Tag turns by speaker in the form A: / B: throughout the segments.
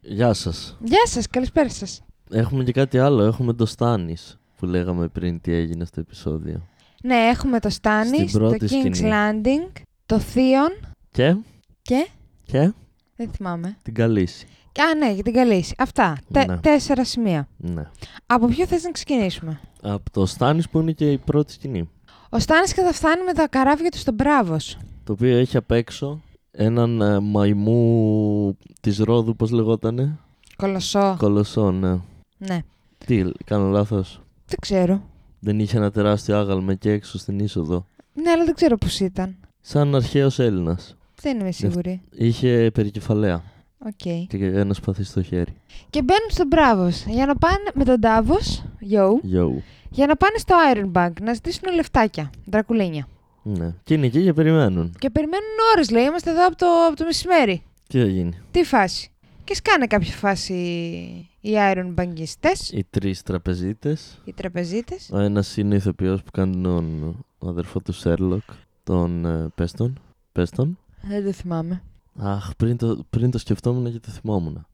A: Γεια σας.
B: Γεια σας, καλησπέρα σας.
A: Έχουμε και κάτι άλλο. Έχουμε το Στάνης που λέγαμε πριν τι έγινε στο επεισόδιο.
B: Ναι, έχουμε το Στάνι,
A: Στην
B: το
A: πρώτη
B: King's
A: σκηνή.
B: Landing, το Θείον
A: Και,
B: και.
A: και
B: Δεν θυμάμαι.
A: την Καλύση.
B: Α, ναι, για την καλύση. Αυτά. Τε-
A: Ναι.
B: Τέσσερα σημεία.
A: Ναι.
B: Από ποιο θες να ξεκινήσουμε.
A: Από το Στάνης που είναι και η πρώτη σκηνή.
B: Ο Στάνη καταφθάνει με τα καράβια του στον Μπράβος.
A: Το οποίο έχει απ' έξω έναν ε, μαϊμού της Ρόδου, πώς λεγότανε.
B: Κολοσσό.
A: Κολοσσό, ναι.
B: Ναι.
A: Τι, κάνω λάθος.
B: Δεν ξέρω.
A: Δεν είχε ένα τεράστιο άγαλμα και έξω στην είσοδο.
B: Ναι, αλλά δεν ξέρω πώς ήταν.
A: Σαν αρχαίος Έλληνας.
B: Δεν είμαι σίγουρη.
A: Είχε περικεφαλαία
B: Οκ.
A: και ένας σπαθί στο χέρι.
B: Και μπαίνουν στον Μπράβος για να πάνε με τον Τάβο, yo,
A: Yo.
B: για να πάνε στο Iron Bank να ζητήσουν λεφτάκια, δρακουλίνια.
A: Ναι. Και είναι εκεί και περιμένουν.
B: Και περιμένουν ώρες, λέει. Είμαστε εδώ από το, από το μεσημέρι.
A: Τι θα γίνει.
B: Τι φάση. Και σκάνε κάποια φάση οι Iron Bankistές,
A: Οι τρεις τραπεζίτες
B: οι τραπεζίτες.
A: Ο ένας είναι ηθοποιός που κάνει τον αδερφό του Σέρλοκ, τον ε, Πέστον. Πέστον.
B: Ε, Δεν το θυμάμαι.
A: Αχ, πριν το, πριν το σκεφτόμουν και το θυμόμουν.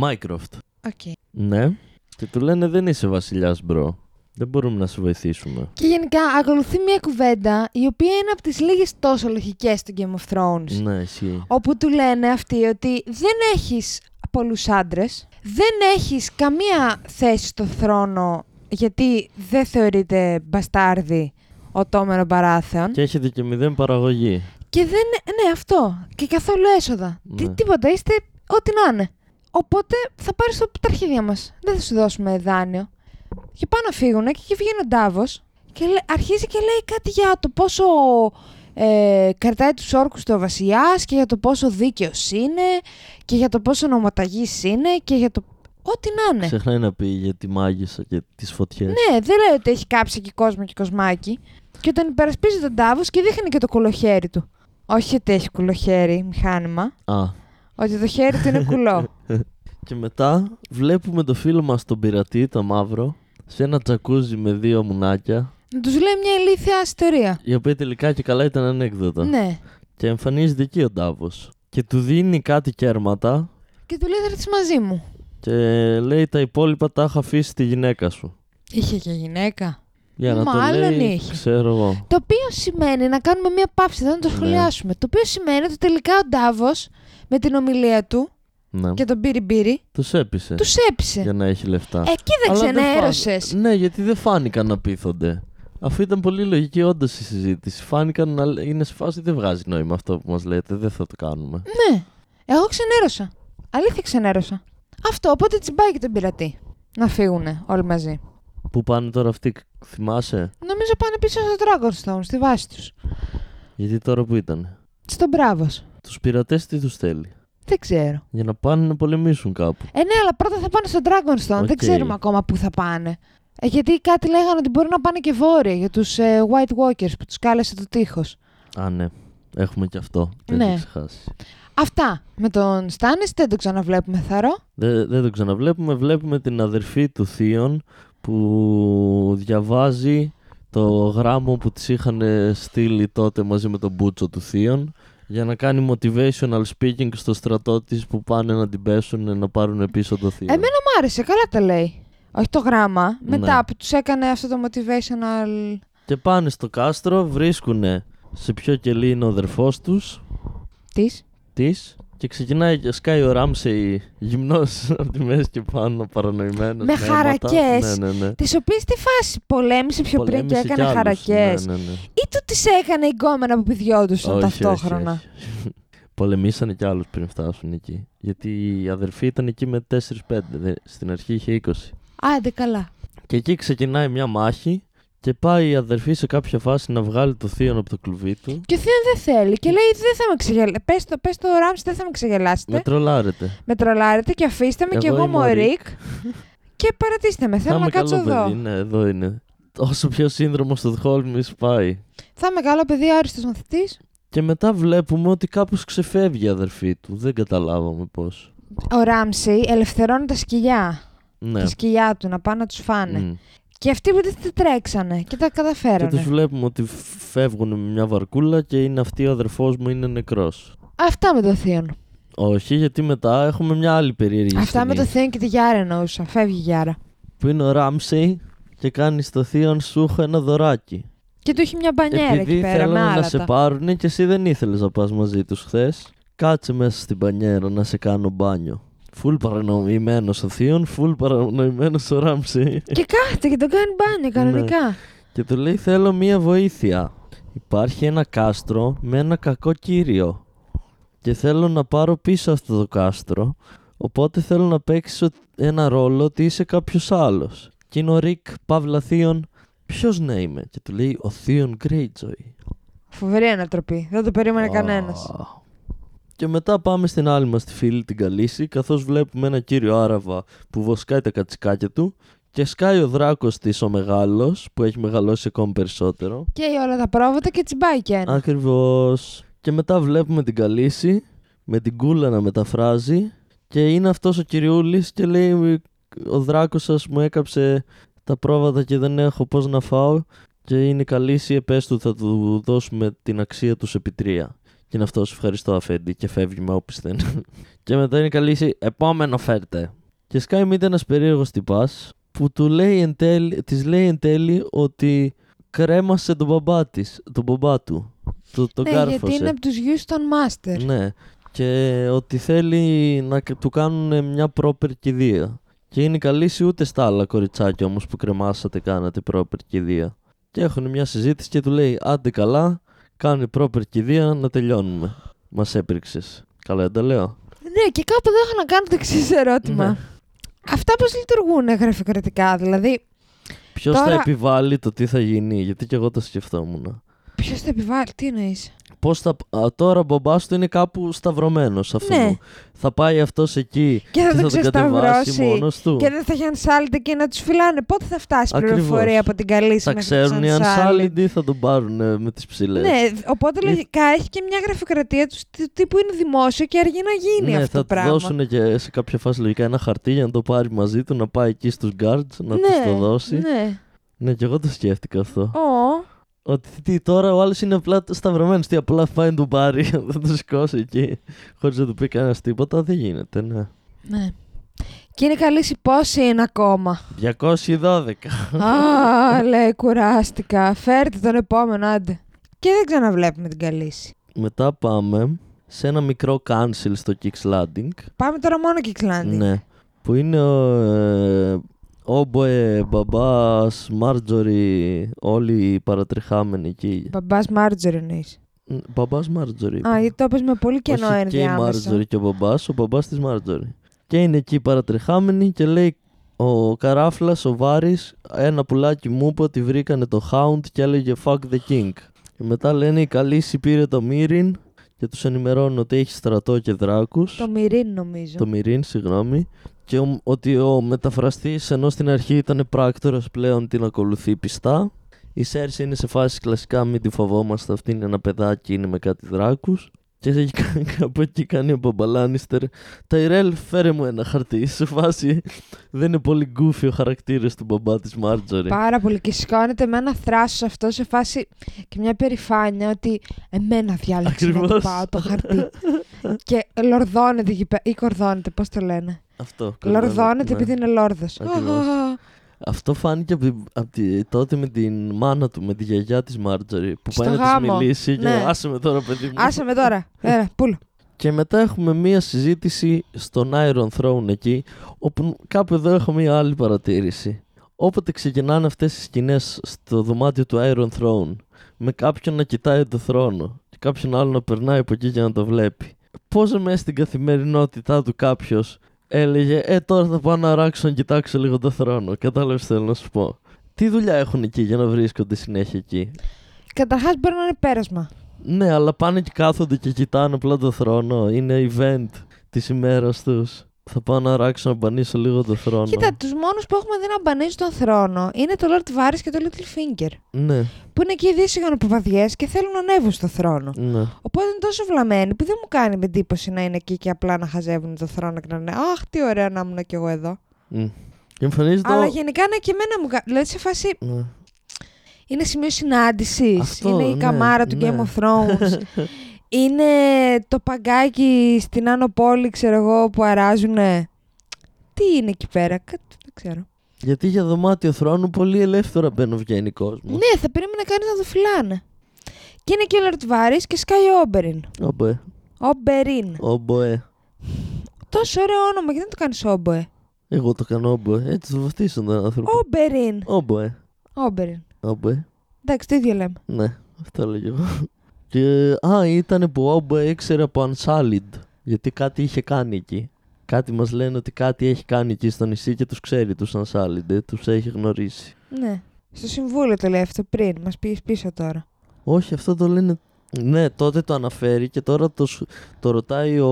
A: Minecraft.
B: Οκ.
A: Ναι. Και του λένε δεν είσαι βασιλιάς, μπρο. Δεν μπορούμε να σε βοηθήσουμε.
B: Και γενικά ακολουθεί μια κουβέντα η οποία είναι από τις λίγες τόσο λογικές του Game of Thrones.
A: Ναι, ισχύει.
B: Όπου του λένε αυτοί ότι δεν έχεις πολλούς άντρες, δεν έχεις καμία θέση στο θρόνο γιατί δεν θεωρείται μπαστάρδι ο Τόμερο Μπαράθεων.
A: Και έχετε και μηδέν παραγωγή.
B: Και δεν. Ναι, αυτό. Και καθόλου έσοδα.
A: Ναι.
B: Τι, τίποτα. Είστε ό,τι να είναι. Οπότε θα πάρεις το τα αρχίδια μας. Δεν θα σου δώσουμε δάνειο. Και πάνω φύγουν και εκεί βγαίνει ο Ντάβος και λέ- αρχίζει και λέει κάτι για το πόσο ε, κρατάει τους όρκους του ο Βασιλιά και για το πόσο δίκαιος είναι και για το πόσο νομοταγής είναι και για το. Ό,τι να είναι.
A: Ξεχνάει να πει για τη μάγισσα και τις φωτιές.
B: Ναι, δεν λέει ότι έχει κάψει εκεί κόσμο και κοσμάκι. Και τον υπερασπίζει τον Τάβο και δείχνει και το κολοχέρι του. Όχι ότι έχει κουλοχέρι, μηχάνημα.
A: Α.
B: Ότι το χέρι του είναι κουλό.
A: Και μετά βλέπουμε το φίλο μας τον πειρατή, το μαύρο, σε ένα τζακούζι με δύο μουνάκια,
B: Να τους λέει μια ηλίθια ιστορία.
A: η οποία τελικά και καλά ήταν ανέκδοτα.
B: Ναι.
A: Και εμφανίζεται εκεί ο Ντάβος. Και του δίνει κάτι κέρματα
B: Και του λέει θα έρθεις μαζί μου.
A: και λέει τα υπόλοιπα τα είχα αφήσει στη γυναίκα σου.
B: Είχε και γυναίκα.
A: Για να το
B: Μάλλον
A: λέει,
B: είχε.
A: ξέρω εγώ.
B: Το οποίο σημαίνει, να κάνουμε μια παύση εδώ να το
A: Ναι.
B: σχολιάσουμε. Το οποίο σημαίνει ότι τελικά ο Ντάβος με την ομιλία του
A: Ναι.
B: και τον πύρι μπύρι
A: Τους έπεισε
B: τους έπεισε.
A: για να έχει λεφτά.
B: Ε, κοίταξε,
A: Αλλά δεν φα-
B: ενέρωσε.
A: Ναι, γιατί δεν φάνηκαν να πείθονται. Αφού ήταν πολύ λογική όντως η συζήτηση. Φάνηκαν να λέ- είναι σε φάση δεν βγάζει νόημα αυτό που μας λέτε, δεν θα το κάνουμε.
B: Ναι. Εγώ ξενέρωσα. Αλήθεια ξενέρωσα. Αυτό, οπότε τσιμπάει και τον πειρατή. Να φύγουνε όλοι μαζί.
A: Πού πάνε τώρα αυτοί, θυμάσαι.
B: Νομίζω πάνε πίσω στο Dragonstone, στη βάση τους.
A: Γιατί τώρα που ήταν.
B: Στον μπράβο.
A: Τους πειρατές τι τους θέλει.
B: Δεν ξέρω.
A: Για να πάνε να πολεμήσουν κάπου.
B: Ε, ναι, αλλά πρώτα θα πάνε στο Dragonstone. Δεν
A: Οκ.
B: ξέρουμε ακόμα πού θα πάνε. Ε, γιατί κάτι λέγανε ότι μπορεί να πάνε και βόρεια για τους White Walkers που τους κάλεσε το τείχος.
A: Α, ναι. Έχουμε και αυτό. Δεν
B: Ναι.
A: το ξεχάσει.
B: Αυτά. Με τον Στάνη δεν τον ξαναβλέπουμε, θαρώ.
A: Δε- δεν το ξαναβλέπουμε. Βλέπουμε την αδερφή του Θείον που διαβάζει το γράμμο που της είχαν στείλει τότε μαζί με τον Μπούτσο του Θείον για να κάνει motivational speaking στο στρατό της που πάνε να την πέσουν να πάρουν πίσω το Θείον.
B: Εμένα μου άρεσε, καλά τα λέει. Όχι το γράμμα.
A: Ναι.
B: Μετά που τους έκανε αυτό το motivational.
A: Και πάνε στο κάστρο, βρίσκουν σε ποιο κελί είναι ο αδερφός τους
B: της.
A: της και ξεκινάει και σκάει ο Ράμσεϊ γυμνός από τη μέση και πάνω παρανοημένος.
B: Με
A: αίματα.
B: χαρακές.
A: Ναι, ναι, ναι.
B: Τις οποίες τι φάση πολέμησε πιο πριν και
A: Πολέμησε
B: έκανε
A: άλλους.
B: χαρακές.
A: Ναι, ναι, ναι.
B: Ή του τις έκανε εγκόμενα που πηδιόντουσαν ταυτόχρονα.
A: Όχι, όχι. Πολεμήσανε κι άλλους πριν φτάσουν εκεί. Γιατί η αδερφή ήταν εκεί με 4-5. δε- Στην αρχή είχε 20.
B: Άντε καλά.
A: Και εκεί ξεκινάει μια μάχη και πάει η αδερφή σε κάποια φάση να βγάλει το θείο από το κλουβί του.
B: Και ο Θείο δεν θέλει και λέει: Δεν θα με ξεγελάσετε. Πες το, πες το Ράμς, δεν θα με ξεγελάσετε.
A: Με τρολάρετε.
B: Με τρολάρετε και αφήστε με
A: Ναι. Εγώ
B: και εγώ
A: είμαι
B: είμαι ο
A: ο
B: Ρικ. και παρατήστε με,
A: Θα
B: θέλω να
A: είμαι
B: κάτσω
A: καλό
B: εδώ.
A: παιδί. Ναι, εδώ είναι. Όσο πιο σύνδρομο στο Χόλμη πάει.
B: Θα είμαι καλό παιδί, άριστος μαθητής.
A: Και μετά βλέπουμε ότι κάπως ξεφεύγει η αδερφή του. Δεν καταλάβαμε πώς.
B: Ο Ράμσι ελευθερώνει τα σκυλιά.
A: Ναι.
B: Τα σκυλιά του να πάνε να τους φάνε.
A: Μμ.
B: Και αυτοί υποτίθεται τρέξανε και τα
A: Και
B: καταφέρανε.
A: τους βλέπουμε ότι φεύγουν με μια βαρκούλα και είναι αυτή ο αδερφός μου είναι νεκρός.
B: Αυτά με το Θείο.
A: Όχι, γιατί μετά έχουμε μια άλλη περίεργη
B: Αυτά με
A: σκηνή,
B: το Θεό και τη Γιάρα εννοούσα. Φεύγει η Γιάρα.
A: Που είναι ο Ράμσεϊ και κάνει στο θείο σου έχω ένα δωράκι.
B: Και του έχει μια μπανιέρα
A: Επειδή
B: εκεί πέρα με
A: θέλανε να σε
B: άλατα.
A: πάρουν και εσύ δεν ήθελες να πας μαζί τους χθες, κάτσε μέσα στην πανιέρα να σε κάνω μπάνιο. Φουλ παρανοημένος ο Θείον, φουλ παρανοημένος ο Ράμψη.
B: Και κάθεται και τον κάνει
A: Ναι.
B: μπάνιο κανονικά.
A: Και του λέει: Θέλω μία βοήθεια. Υπάρχει ένα κάστρο με ένα κακό κύριο. Και θέλω να πάρω πίσω αυτό το κάστρο. Οπότε θέλω να παίξει ένα ρόλο ότι είσαι κάποιος άλλος. Και είναι ο Ρικ Παύλα Θείον. Ποιος να είμαι. Και του λέει: Ο Θείον Greyjoy.
B: Φοβερή ανατροπή. Δεν το περίμενε
A: Α.
B: κανένας.
A: Και μετά πάμε στην άλλη μας τη φίλη την Καλύση καθώς βλέπουμε ένα κύριο Άραβα που βοσκάει τα κατσικάκια του και σκάει ο δράκος της ο μεγάλος που έχει μεγαλώσει ακόμη περισσότερο.
B: Και όλα τα πρόβατα και τσιμπάει και ένα.
A: Ακριβώς. Και μετά βλέπουμε την Καλύση με την κούλα να μεταφράζει και είναι αυτός ο κυριούλης και λέει ο δράκος σας μου έκαψε τα πρόβατα και δεν έχω πώς να φάω και είναι η Καλύση επές του θα του δώσουμε την αξία τους επί τρία. Και είναι αυτός ευχαριστώ αφέντη και φεύγει με όπισθεν. και μετά είναι η Καλύση επόμενο φέρτε. Και σκάει μήτε ένας περίεργος τυπάς που του λέει εν τέλει, της λέει εν τέλει ότι κρέμασε τον μπαμπά της, τον μπαμπά του. Το, τον
B: Ναι,
A: κάρφωσε.
B: γιατί είναι από τους γιους των Μάστερ.
A: Ναι. Και ότι θέλει να κ- του κάνουν μια proper κηδεία. Και είναι καλή ούτε στα άλλα κοριτσάκια όμως που κρεμάσατε κάνατε proper κηδεία. Και έχουν μια συζήτηση και του λέει: Άντε καλά, κάνε proper κηδεία να τελειώνουμε. Μας έπρεξε. Καλά, δεν τα λέω.
B: Ναι, και κάπου εδώ έχω να κάνω το εξής ερώτημα.
A: Ναι.
B: Αυτά πώς λειτουργούν γραφειοκρατικά, δηλαδή.
A: Ποιος θα
B: Τώρα-
A: επιβάλλει το τι θα γίνει, γιατί και εγώ το σκεφτόμουν.
B: Ποιος θα επιβάλλει, τι εννοείς.
A: Πώς θα. Α, τώρα ο μπαμπάς του είναι κάπου σταυρωμένος αυτό.
B: Ναι.
A: Θα πάει αυτός εκεί
B: Και θα
A: και
B: τον
A: θα τον κατεβάσει
B: ξεσταυρώσει.
A: μόνος του.
B: Και δεν θα έχει ανσάλτε και να τους φυλάνε. Πότε θα φτάσει η
A: Ακριβώς.
B: πληροφορία από την καλή
A: Θα ξέρουν οι ανσάλιντοι, θα τον πάρουν με τις ψηλές.
B: Ναι, οπότε
A: Ή-
B: λογικά έχει και μια γραφειοκρατία τους τυ- τύπου είναι δημόσιο και αργεί να γίνει
A: ναι
B: αυτό
A: θα
B: το
A: τους
B: πράγμα.
A: δώσουν και σε κάποια φάση λογικά ένα χαρτί για να το πάρει μαζί του, να πάει εκεί στους guards, να
B: ναι,
A: τους το δώσει. Ναι.
B: Ναι.
A: και εγώ το σκέφτηκα αυτό.
B: Ω,
A: Ότι τι, τώρα ο άλλος είναι απλά σταυρωμένος, τι απλά πάει να τον πάρει, θα τον σηκώσει εκεί, χωρίς να του πει κανένας τίποτα, δεν γίνεται, ναι.
B: ναι. Και είναι καλή η πόση είναι ακόμα.
A: 212.
B: Α, λέει, κουράστηκα. Φέρτε τον επόμενο, άντε. Και δεν ξαναβλέπουμε την καλύση.
A: Μετά πάμε σε ένα μικρό cancel στο Kicks Landing.
B: Πάμε τώρα μόνο κυκλάντη.
A: Ναι. Που είναι ο ε, Όμποε, μπαμπάς, Μάρτζορι, όλοι οι παρατριχάμενοι εκεί.
B: Μπαμπάς Μάρτζορ εννοεί.
A: Ν- Μπαμπάς Μάρτζορι.
B: Α, γιατί το είπες με πολύ
A: Λοιπόν. Όχι
B: κενό
A: και η
B: ενδιάμεσο.
A: Μάρτζορι και ο μπαμπάς, ο μπαμπάς της Μάρτζορι. Και είναι εκεί παρατριχάμενοι και λέει ο καράφλας, ο Βάρης, ένα πουλάκι μου είπε ότι βρήκανε το Hound και έλεγε fuck the king. Και μετά λένε η Καλύση πήρε το Μύριν και τους ενημερώνουν ότι έχει στρατό και δράκους.
B: Το Μυρίν νομίζω.
A: Το Μυρίν, συγγνώμη. Και ο- ότι ο μεταφραστής ενώ στην αρχή ήταν πράκτορας πλέον την ακολουθεί πιστά. Η Σέρση είναι σε φάση κλασικά μην τη φοβόμαστε. Αυτή είναι ένα παιδάκι, είναι με κάτι δράκους. Και έχει κάνει- κάπου εκεί κάνει ο Μπαμπαλάνιστερ. Ταϊρέλ, φέρε μου ένα χαρτί. Σε φάση δεν είναι πολύ γκούφι ο χαρακτήρας του μπαμπά της Μάρτζορι.
B: Πάρα πολύ και σηκώνεται με ένα θράσος αυτό σε φάση και μια περηφάνεια ότι εμένα διάλεξε να το
A: Ακριβώς.
B: πάω το χαρτί. και λορδώνεται εκεί πέ- ή κορδώνεται, πώς το λένε.
A: Αυτό.
B: Λορδώνεται
A: ναι.
B: επειδή είναι λόρδος.
A: Ακριβώς.
B: Α,
A: Αυτό φάνηκε από, την- από τη- τότε με την μάνα του, με τη γιαγιά της Μάρτζορι. Που
B: Στο
A: πάει να της
B: γάμο.
A: μιλήσει και
B: Ναι.
A: άσε με τώρα, παιδί μου.
B: Άσε με τώρα. Έλα, πουλ.
A: Και μετά έχουμε μία συζήτηση στον Iron Throne εκεί, όπου κάπου εδώ έχω μία άλλη παρατήρηση. Όποτε ξεκινάνε αυτές οι σκηνές στο δωμάτιο του Iron Throne, με κάποιον να κοιτάει το θρόνο και κάποιον άλλο να περνάει από εκεί για να το βλέπει, πώς μέσα στην καθημερινότητά του κάποιος έλεγε «Ε, τώρα θα πάω να αράξω να κοιτάξω λίγο το θρόνο». Κατάλαβες τι θέλω να σου πω. Τι δουλειά έχουν εκεί για να βρίσκονται συνέχεια εκεί.
B: Καταρχάς μπορεί να είναι πέρασμα.
A: Ναι, αλλά πάνε και κάθονται και κοιτάνε απλά το θρόνο. Είναι event της ημέρας τους. Θα πάω να ράξω να μπανίσω λίγο το θρόνο.
B: Κοίτα, τους μόνους που έχουμε δει να μπανίζουν τον θρόνο είναι το Lord Varys και το Littlefinger.
A: Ναι,
B: Που είναι και οι δύο σιγανοποβαδιές και θέλουν να ανέβουν στο θρόνο.
A: ναι.
B: Οπότε είναι τόσο βλαμμένοι που δεν μου κάνει εντύπωση να είναι εκεί και απλά να χαζεύουν το θρόνο και να λένε Αχ, τι ωραία να ήμουν κι εγώ εδώ.
A: Μμ. Και εμφανίζεται.
B: Αλλά
A: ο-
B: γενικά ναι, και εμένα μου κάνει. Δηλαδή σε φάση
A: Ναι.
B: είναι σημείο συνάντησης.
A: Αυτό,
B: Είναι η
A: ναι,
B: καμάρα του
A: ναι.
B: Game of Thrones. Είναι το παγκάκι στην Άνω Πόλη, ξέρω εγώ, που αράζουνε. Τι είναι εκεί πέρα, κάτι δεν ξέρω.
A: Γιατί για δωμάτιο θρόνου πολύ ελεύθερα μπαίνω βγαίνει κόσμος.
B: Ναι, θα περίμενα κανείς να το φυλάνε. Και είναι και ο Λερτβάρη και σκάει ο Όμπεριν. Ναι.
A: Ομποε.
B: Όμπεριν.
A: Ομποε.
B: Τόσο ωραίο όνομα, γιατί δεν το κάνεις Όμποε.
A: Εγώ το κάνω όμποε. Έτσι θα βαφτίσουν τον άνθρωπο.
B: Όμπεριν.
A: Όμποε.
B: Όμπεριν.
A: Όμποε.
B: Εντάξει, το ίδιο λέμε.
A: Ναι, αυτό έλεγε εγώ. Και, α, ήταν που ο Όμποε ήξερε από Unsullied. Γιατί κάτι είχε κάνει εκεί. Κάτι μας λένε ότι κάτι έχει κάνει εκεί στο νησί και τους ξέρει τους Unsullied. ε, Τους έχει γνωρίσει.
B: Ναι. Στο συμβούλιο το λέει αυτό πριν. Μας πήγε πίσω τώρα.
A: Όχι, αυτό το λένε. Ναι, τότε το αναφέρει και τώρα το, σου- το ρωτάει ο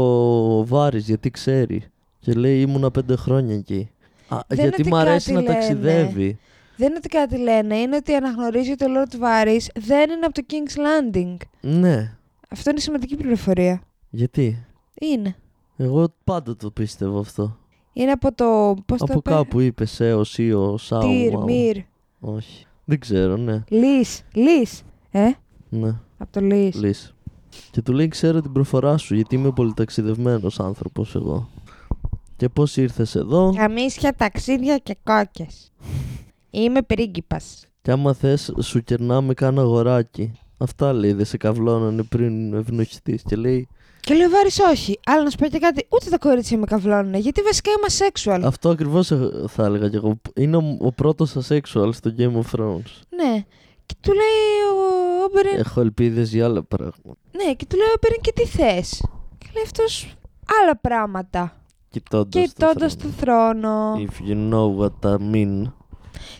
A: Βάρης γιατί ξέρει. Και λέει ήμουνα πέντε χρόνια εκεί. Α,
B: Δεν
A: γιατί
B: είναι
A: μου
B: ότι
A: αρέσει να
B: κάτι λένε.
A: ταξιδεύει.
B: Δεν είναι ότι κάτι λένε, είναι ότι αναγνωρίζει ότι ο Lord Varys δεν είναι από το King's Landing.
A: Ναι,
B: Αυτό είναι σημαντική πληροφορία.
A: γιατί.
B: Είναι.
A: Εγώ πάντα το πίστευα αυτό.
B: Είναι από το. Πώς το
A: Από
B: είπε?
A: κάπου είπε Σέο ή ο Σάου.
B: Τυρ,
A: Μάου.
B: Μυρ,
A: Όχι. Δεν ξέρω, ναι.
B: Λι. Λι. Ε,
A: Ναι,
B: από το Λι.
A: λύση. Και του λέει: Ξέρω την προφορά σου, γιατί είμαι πολυταξιδευμένος άνθρωπος εγώ. Και πώς ήρθες εδώ,
B: Καμίσια, ταξίδια και κόκε. Είμαι πρίγκιπας.
A: και άμα θες, σου κερνάμε κάνα αγοράκι. Αυτά λέει, δεν σε καυλώνανε πριν ευνοχιστείς. Και λέει:
B: Και λέει ο Βάρης όχι. Αλλά να σου πω και κάτι, ούτε τα κορίτσια με καυλώνουνε, γιατί βασικά είμαι asexual.
A: Αυτό ακριβώς θα έλεγα κι εγώ. Είναι ο, ο πρώτος asexual στο Game of Thrones.
B: Ναι. Και του λέει ο Όμπεριν.
A: Έχω ελπίδες για άλλα πράγματα.
B: Ναι, και του λέει ο Όμπεριν και τι θες. Και λέει αυτός άλλα πράγματα.
A: Κοιτώντας.
B: Κοιτώντας το θρόνο.
A: If you know what I mean.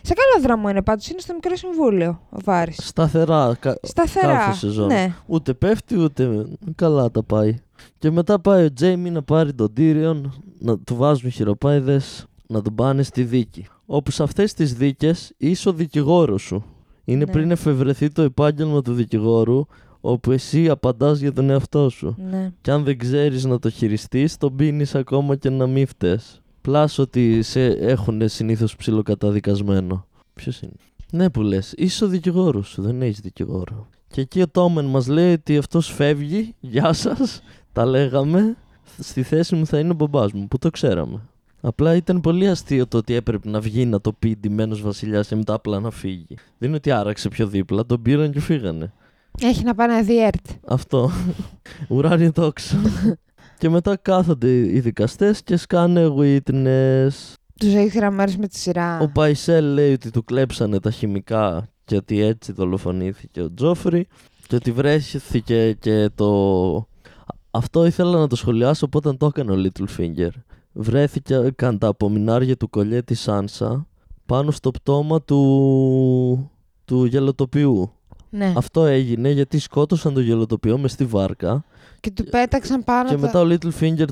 B: Σε καλό δρόμο είναι πάντως. Είναι στο μικρό συμβούλιο ο Βάρης.
A: Σταθερά. κα-
B: Σταθερά.
A: κάθε σεζόν.
B: Ναι.
A: Ούτε πέφτει ούτε καλά τα πάει. Και μετά πάει ο Τζέιμι να πάρει τον Τύριον, να του βάζουν χειροπάιδες, να τον πάνε στη δίκη. Όπου σε αυτές τις δίκες είσαι ο δικηγόρος σου. Είναι
B: Ναι.
A: πριν εφευρεθεί το επάγγελμα του δικηγόρου, όπου εσύ απαντάς για τον εαυτό σου.
B: ναι.
A: Και αν δεν ξέρεις να το χειριστείς, τον πίνεις ακόμα και να μη φταίς. Πλάς ότι σε έχουν συνήθως ψιλοκαταδικασμένο. Ποιος είναι. Ναι που λες, είσαι ο δικηγόρος σου, δεν έχεις δικηγόρο. Και εκεί ο Τόμεν μας λέει ότι αυτός φεύγει, γεια σας, τα λέγαμε. Στη θέση μου θα είναι ο μπαμπάς μου, που το ξέραμε. Απλά ήταν πολύ αστείο το ότι έπρεπε να βγει να το πει ντυμένος βασιλιάς και μετά απλά να φύγει. Δεν είναι ότι άραξε πιο δίπλα, τον πήραν και φύγανε.
B: Έχει να πάει να δει έρτ.
A: Αυτό. Ουράνιο τόξο. και μετά κάθονται οι δικαστές και σκάνε witness.
B: Τους έχει γραμμένου με τη
A: Ο
B: σειρά.
A: Παϊσέλ λέει ότι του κλέψανε τα χημικά και ότι έτσι δολοφονήθηκε ο Τζόφρι και ότι βρέθηκε και το... Αυτό ήθελα να το σχολιάσω από όταν το έκανε ο Littlefinger. Βρέθηκαν τα απομεινάρια του κολλιέ της Σάνσα πάνω στο πτώμα του, του γελοτοπιού.
B: Ναι.
A: Αυτό έγινε γιατί σκότωσαν το γελοτοπιό μες στη βάρκα
B: Και του πέταξαν πάνω.
A: και
B: τα-
A: μετά ο Littlefinger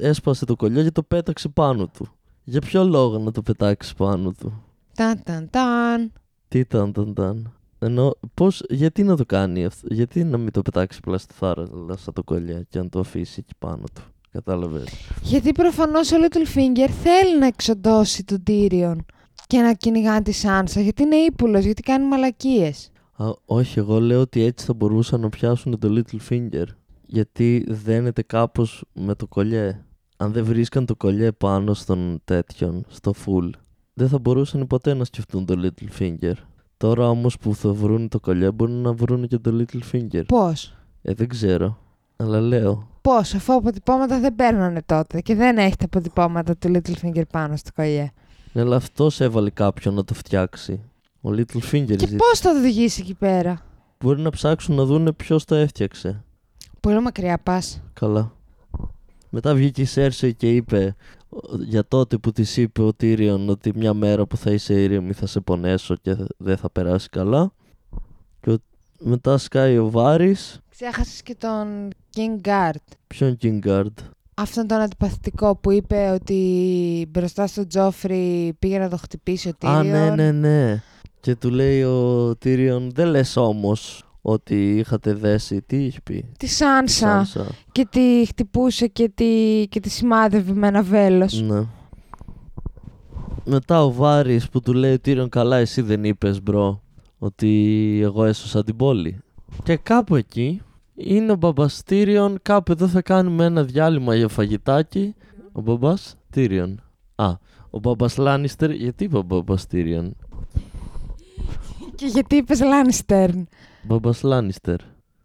A: έσπασε το κολλιό και το πέταξε πάνω του. Για ποιο λόγο να το πετάξεις πάνω του.
B: Ταν, ταν, ταν.
A: Τι ήταν, ήταν, ήταν. Ενώ, πώς, γιατί να το κάνει αυτό, γιατί να μην το πετάξει απλά στη θάλασσα το κολλιό και να το αφήσει εκεί πάνω του. Κατάλαβες.
B: Γιατί προφανώς ο Littlefinger θέλει να εξοντώσει τον Τύριον και να κυνηγά τη Σάνσα. Γιατί είναι ύπουλος, γιατί κάνει μαλακίες.
A: Όχι, εγώ λέω ότι έτσι θα μπορούσαν να πιάσουν το Littlefinger. Γιατί δένεται κάπως με το κολλιέ. Αν δεν βρίσκαν το κολλιέ πάνω στον τέτοιον, στο full, δεν θα μπορούσαν ποτέ να σκεφτούν το Littlefinger. Τώρα όμως που θα βρουν το κολλιέ, μπορούν να βρουν και το Littlefinger.
B: Πώς.
A: Ε, δεν ξέρω. Αλλά λέω.
B: Πώς, αφού αποτυπώματα δεν παίρνανε τότε και δεν έχει τα αποτυπώματα του Littlefinger πάνω στο κολλιέ.
A: Ναι, αλλά αυτός έβαλε κάποιον να το φτιάξει. Ο Littlefinger
B: Και
A: ζήτησε.
B: πώς θα το οδηγήσει εκεί πέρα.
A: Μπορεί να ψάξουν να δουν ποιο το έφτιαξε.
B: Πολύ μακριά πας.
A: Καλά. Μετά βγήκε η Σέρσεϊ και είπε ο- για τότε που της είπε ο Τύριον ότι μια μέρα που θα είσαι ήρεμη θα σε πονέσω και δεν θα περάσει καλά. Και ο- μετά σκάει ο Βάρης,
B: Ξέχασες και τον King Guard.
A: ποιον Κίνγκαρντ.
B: Αυτόν τον αντιπαθητικό που είπε ότι μπροστά στον Τζόφρι πήγε να το χτυπήσει ο Τύριον.
A: Α, ναι, ναι, ναι. Και του λέει ο Τύριον, δεν λες όμως ότι είχατε δέσει. Τι είχε πει.
B: Τη Σάνσα.
A: Σάνσα.
B: Και τη χτυπούσε και τη, και τη σημάδευε με ένα βέλος.
A: Ναι. Μετά ο Βάρης που του λέει Τύριον καλά εσύ δεν είπες μπρο ότι εγώ έσωσα την πόλη. Και κάπου εκεί είναι ο μπαμπάς Tyrion. Κάπου εδώ θα κάνουμε ένα διάλειμμα για φαγητάκι. Ο μπαμπάς Tyrion. Α, ο μπαμπάς Lannister. Γιατί είπα μπαμπάς Tyrion.
B: Και γιατί είπες Λάνιστερν.
A: Μπαμπάς Lannister.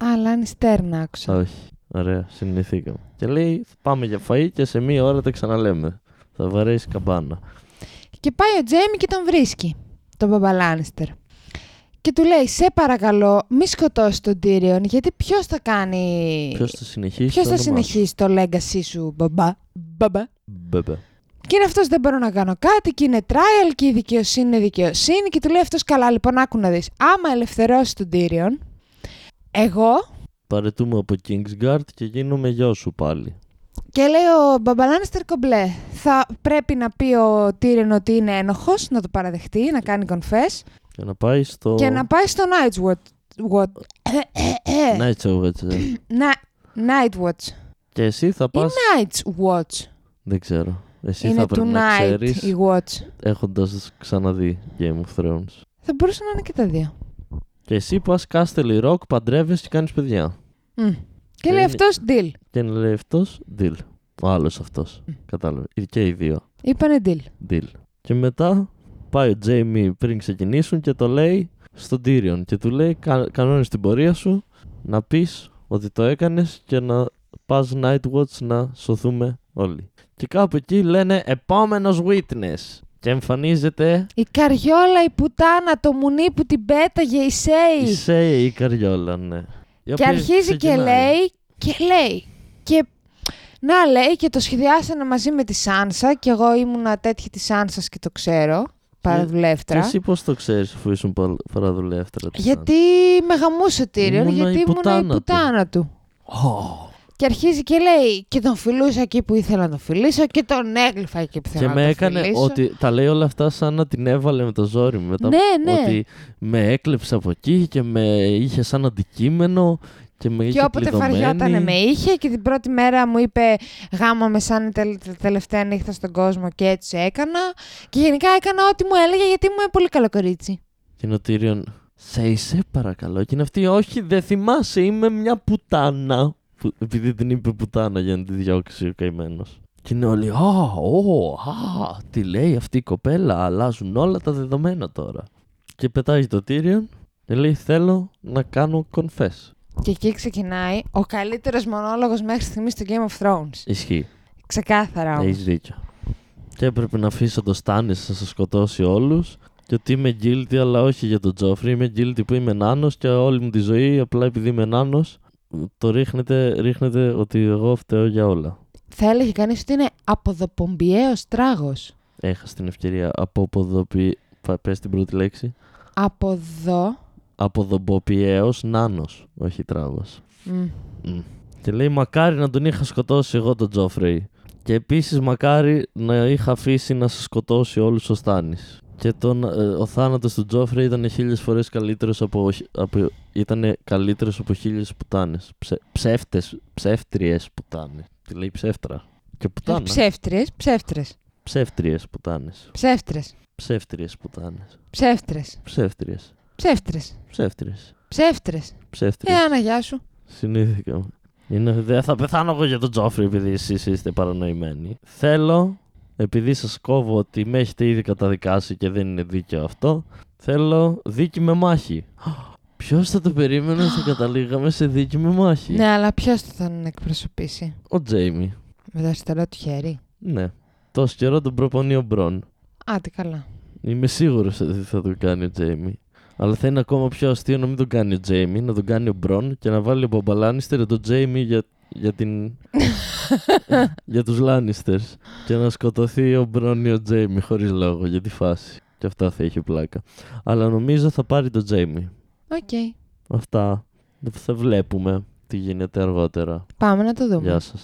B: Α, Λάνιστερν άκουσα.
A: Α, όχι. Ωραία, συνηθήκαμε. Και λέει, πάμε για φαΐ και σε μία ώρα τα ξαναλέμε. Θα βαρέσεις καμπάνα.
B: Και πάει ο Τζέιμι και τον βρίσκει, τον μπαμπά Λάνιστερ. Και του λέει, σε παρακαλώ, μη σκοτώσεις τον Τύριον, γιατί ποιος θα κάνει...
A: Ποιος θα συνεχίσει
B: Ε, ποιος
A: το
B: θα
A: όνομά σου?
B: συνεχίσει το legacy σου, μπαμπά. Μπαμπά.
A: Μπέμπε.
B: Και είναι αυτός, δεν μπορώ να κάνω κάτι και είναι trial και η δικαιοσύνη είναι δικαιοσύνη και του λέει αυτός καλά, λοιπόν άκου να δεις. Άμα ελευθερώσει τον Τύριον, εγώ
A: Παρετούμε από Kingsguard και γίνομαι γιο σου πάλι.
B: και λέει ο Μπαμπαλάνιστερ κομπλέ, θα πρέπει να πει ο Τύριον ότι είναι ένοχος, να το παραδεχτεί, να κάνει confess
A: Και να πάει στο.
B: και να πάει στο Night's Watch.
A: Night's Watch, ε.
B: Να... Night Watch.
A: και εσύ θα πας.
B: Night's Watch.
A: Δεν ξέρω. Εσύ
B: Είναι
A: θα πρέπει να
B: tonight
A: ξέρεις
B: η Watch.
A: έχοντας ξαναδεί Game of Thrones.
B: Θα μπορούσε να είναι και τα δύο.
A: Και εσύ πας Castle Rock, παντρεύεσαι και κάνεις παιδιά.
B: Μμ. Και
A: Ε,
B: λέει
A: είναι-
B: αυτός deal.
A: Και να λέει αυτός, deal. Ο άλλος αυτός. Κατάλαβε. Και οι δύο,
B: Είπανε deal.
A: deal. Και μετά πάει ο Τζέιμι πριν ξεκινήσουν και το λέει στον Tyrion. Και του λέει: «Κα- Κανώνεις την πορεία σου να πεις ότι το έκανες και να πας Nightwatch να σωθούμε όλοι. Και κάπου εκεί λένε επόμενος witness. Και εμφανίζεται
B: Η καριόλα, η πουτάνα, το μουνί που την πέταγε, η Σέη.
A: η Σέη η Καριόλα, ναι. Η
B: Και
A: οποία
B: αρχίζει και
A: ξεκινάει.
B: λέει και λέει. Και να λέει και το σχεδιάσανε μαζί με τη Σάνσα και εγώ ήμουνα τέτοια της Σάνσας και το ξέρω.
A: Και
B: Παραδουλεύτρα.
A: εσύ πώς το ξέρεις αφού ήσουν πα- παραδουλεύτερα. της
B: Γιατί με γαμούσε ο Τύριον,
A: Ήμουνα η
B: γιατί ήμουν η
A: πουτάνα του.
B: πουτάνα του. Και αρχίζει και λέει και τον φιλούσα εκεί που ήθελα να τον φιλήσω και τον έγλυφα εκεί που
A: Και
B: ήθελα να
A: με
B: τον
A: έκανε
B: φιλήσω.
A: ότι τα λέει όλα αυτά σαν να την έβαλε με το ζόρι μου. Μετά
B: Ναι, ναι.
A: Ότι με έκλεψε από εκεί και με είχε σαν αντικείμενο και με είχε
B: Και όποτε
A: κλειδωμένη.
B: φαριότανε με είχε και την πρώτη μέρα μου είπε γάμα με σαν η τελ- τε- τελευταία νύχτα στον κόσμο και έτσι έκανα. Και γενικά έκανα ό,τι μου έλεγε γιατί ήμουν πολύ καλό κορίτσι.
A: Και είναι ο Tyrion, σε είσαι παρακαλώ. Και είναι αυτή, όχι δεν θυμάσαι, είμαι μια πουτάνα. Που- επειδή την είπε πουτάνα για να τη διώξει ο καημένος. Και είναι όλοι, α, ο, α, τι λέει αυτή η κοπέλα, αλλάζουν όλα τα δεδομένα τώρα. Και πετάει το Tyrion και λέει, θέλω να κάνω confess.
B: Και εκεί ξεκινάει ο καλύτερος μονόλογος μέχρι στιγμής του Game of Thrones.
A: Ισχύει.
B: Ξεκάθαρα
A: Έχει
B: όμως.
A: δίκιο. Και έπρεπε να αφήσω το Στάνι να σας σκοτώσει όλους. Και ότι είμαι guilty, αλλά όχι για τον Τζόφρι. Είμαι guilty που είμαι νάνος και όλη μου τη ζωή, απλά επειδή είμαι νάνος, το ρίχνετε, ρίχνετε ότι εγώ φταίω για όλα.
B: Θα έλεγε κανείς ότι είναι αποδοπομπιαίος τράγος.
A: Έχασα την ευκαιρία από ποδοπι... Πες την πρώτη λέξη.
B: Από εδώ...
A: Αποδομποποιαίο νάνος, όχι τράγος.
B: Μμ.
A: Και λέει: Μακάρι να τον είχα σκοτώσει εγώ τον Τζόφρεϊ. Και επίσης, μακάρι να είχα αφήσει να σε σκοτώσει όλους ο Στάνης. Και τον, ε, ο θάνατος του Τζόφρεϊ ήταν χίλιες φορές καλύτερος από. από ήταν καλύτερος από χίλιες πουτάνες. Ψε, Ψεύτες, ψεύτριες πουτάνες. Τη λέει ψεύτρα. Και πουτάνα.
B: Ψεύτρες, ψεύτρες,
A: Ψεύτριες πουτάνες.
B: ψεύτρες,
A: Ψεύτριες πουτάνες.
B: ψεύτρες,
A: Ψεύτριες.
B: ψεύτρες,
A: Ψεύτριες.
B: ψεύτρες.
A: Ψεύτριες.
B: Ε, Άννα, γεια σου.
A: Συνήθηκα. Είναι, δεν θα πεθάνω εγώ για τον Τζόφρι επειδή εσείς είστε παρανοημένοι. Θέλω, επειδή σας κόβω ότι με έχετε ήδη καταδικάσει και δεν είναι δίκαιο αυτό, θέλω δίκη με μάχη. Ποιος θα το περίμενε ότι θα καταλήγαμε σε δίκη με μάχη.
B: Ναι, αλλά ποιος θα τον εκπροσωπήσει
A: Ο Τζέιμι.
B: με το αριστερό του χέρι.
A: Ναι. Τόσο καιρό τον προπονεί ο Μπρον.
B: Άντε καλά.
A: Είμαι σίγουρος ότι θα τον κάνει ο Τζέιμι. Αλλά θα είναι ακόμα πιο αστείο να μην τον κάνει ο Τζέιμι, να τον κάνει ο Μπρον και να βάλει ο Μπομπαλάνιστερ τον Τζέιμι για, για την. για τους Λάνιστερ. Και να σκοτωθεί ο Μπρον ή ο Τζέιμι χωρίς λόγο για τη φάση. Και αυτά θα είχε πλάκα. Αλλά νομίζω θα πάρει τον Τζέιμι.
B: Οκ.
A: Αυτά. Θα βλέπουμε τι γίνεται αργότερα.
B: Πάμε να το δούμε.
A: Γεια σας.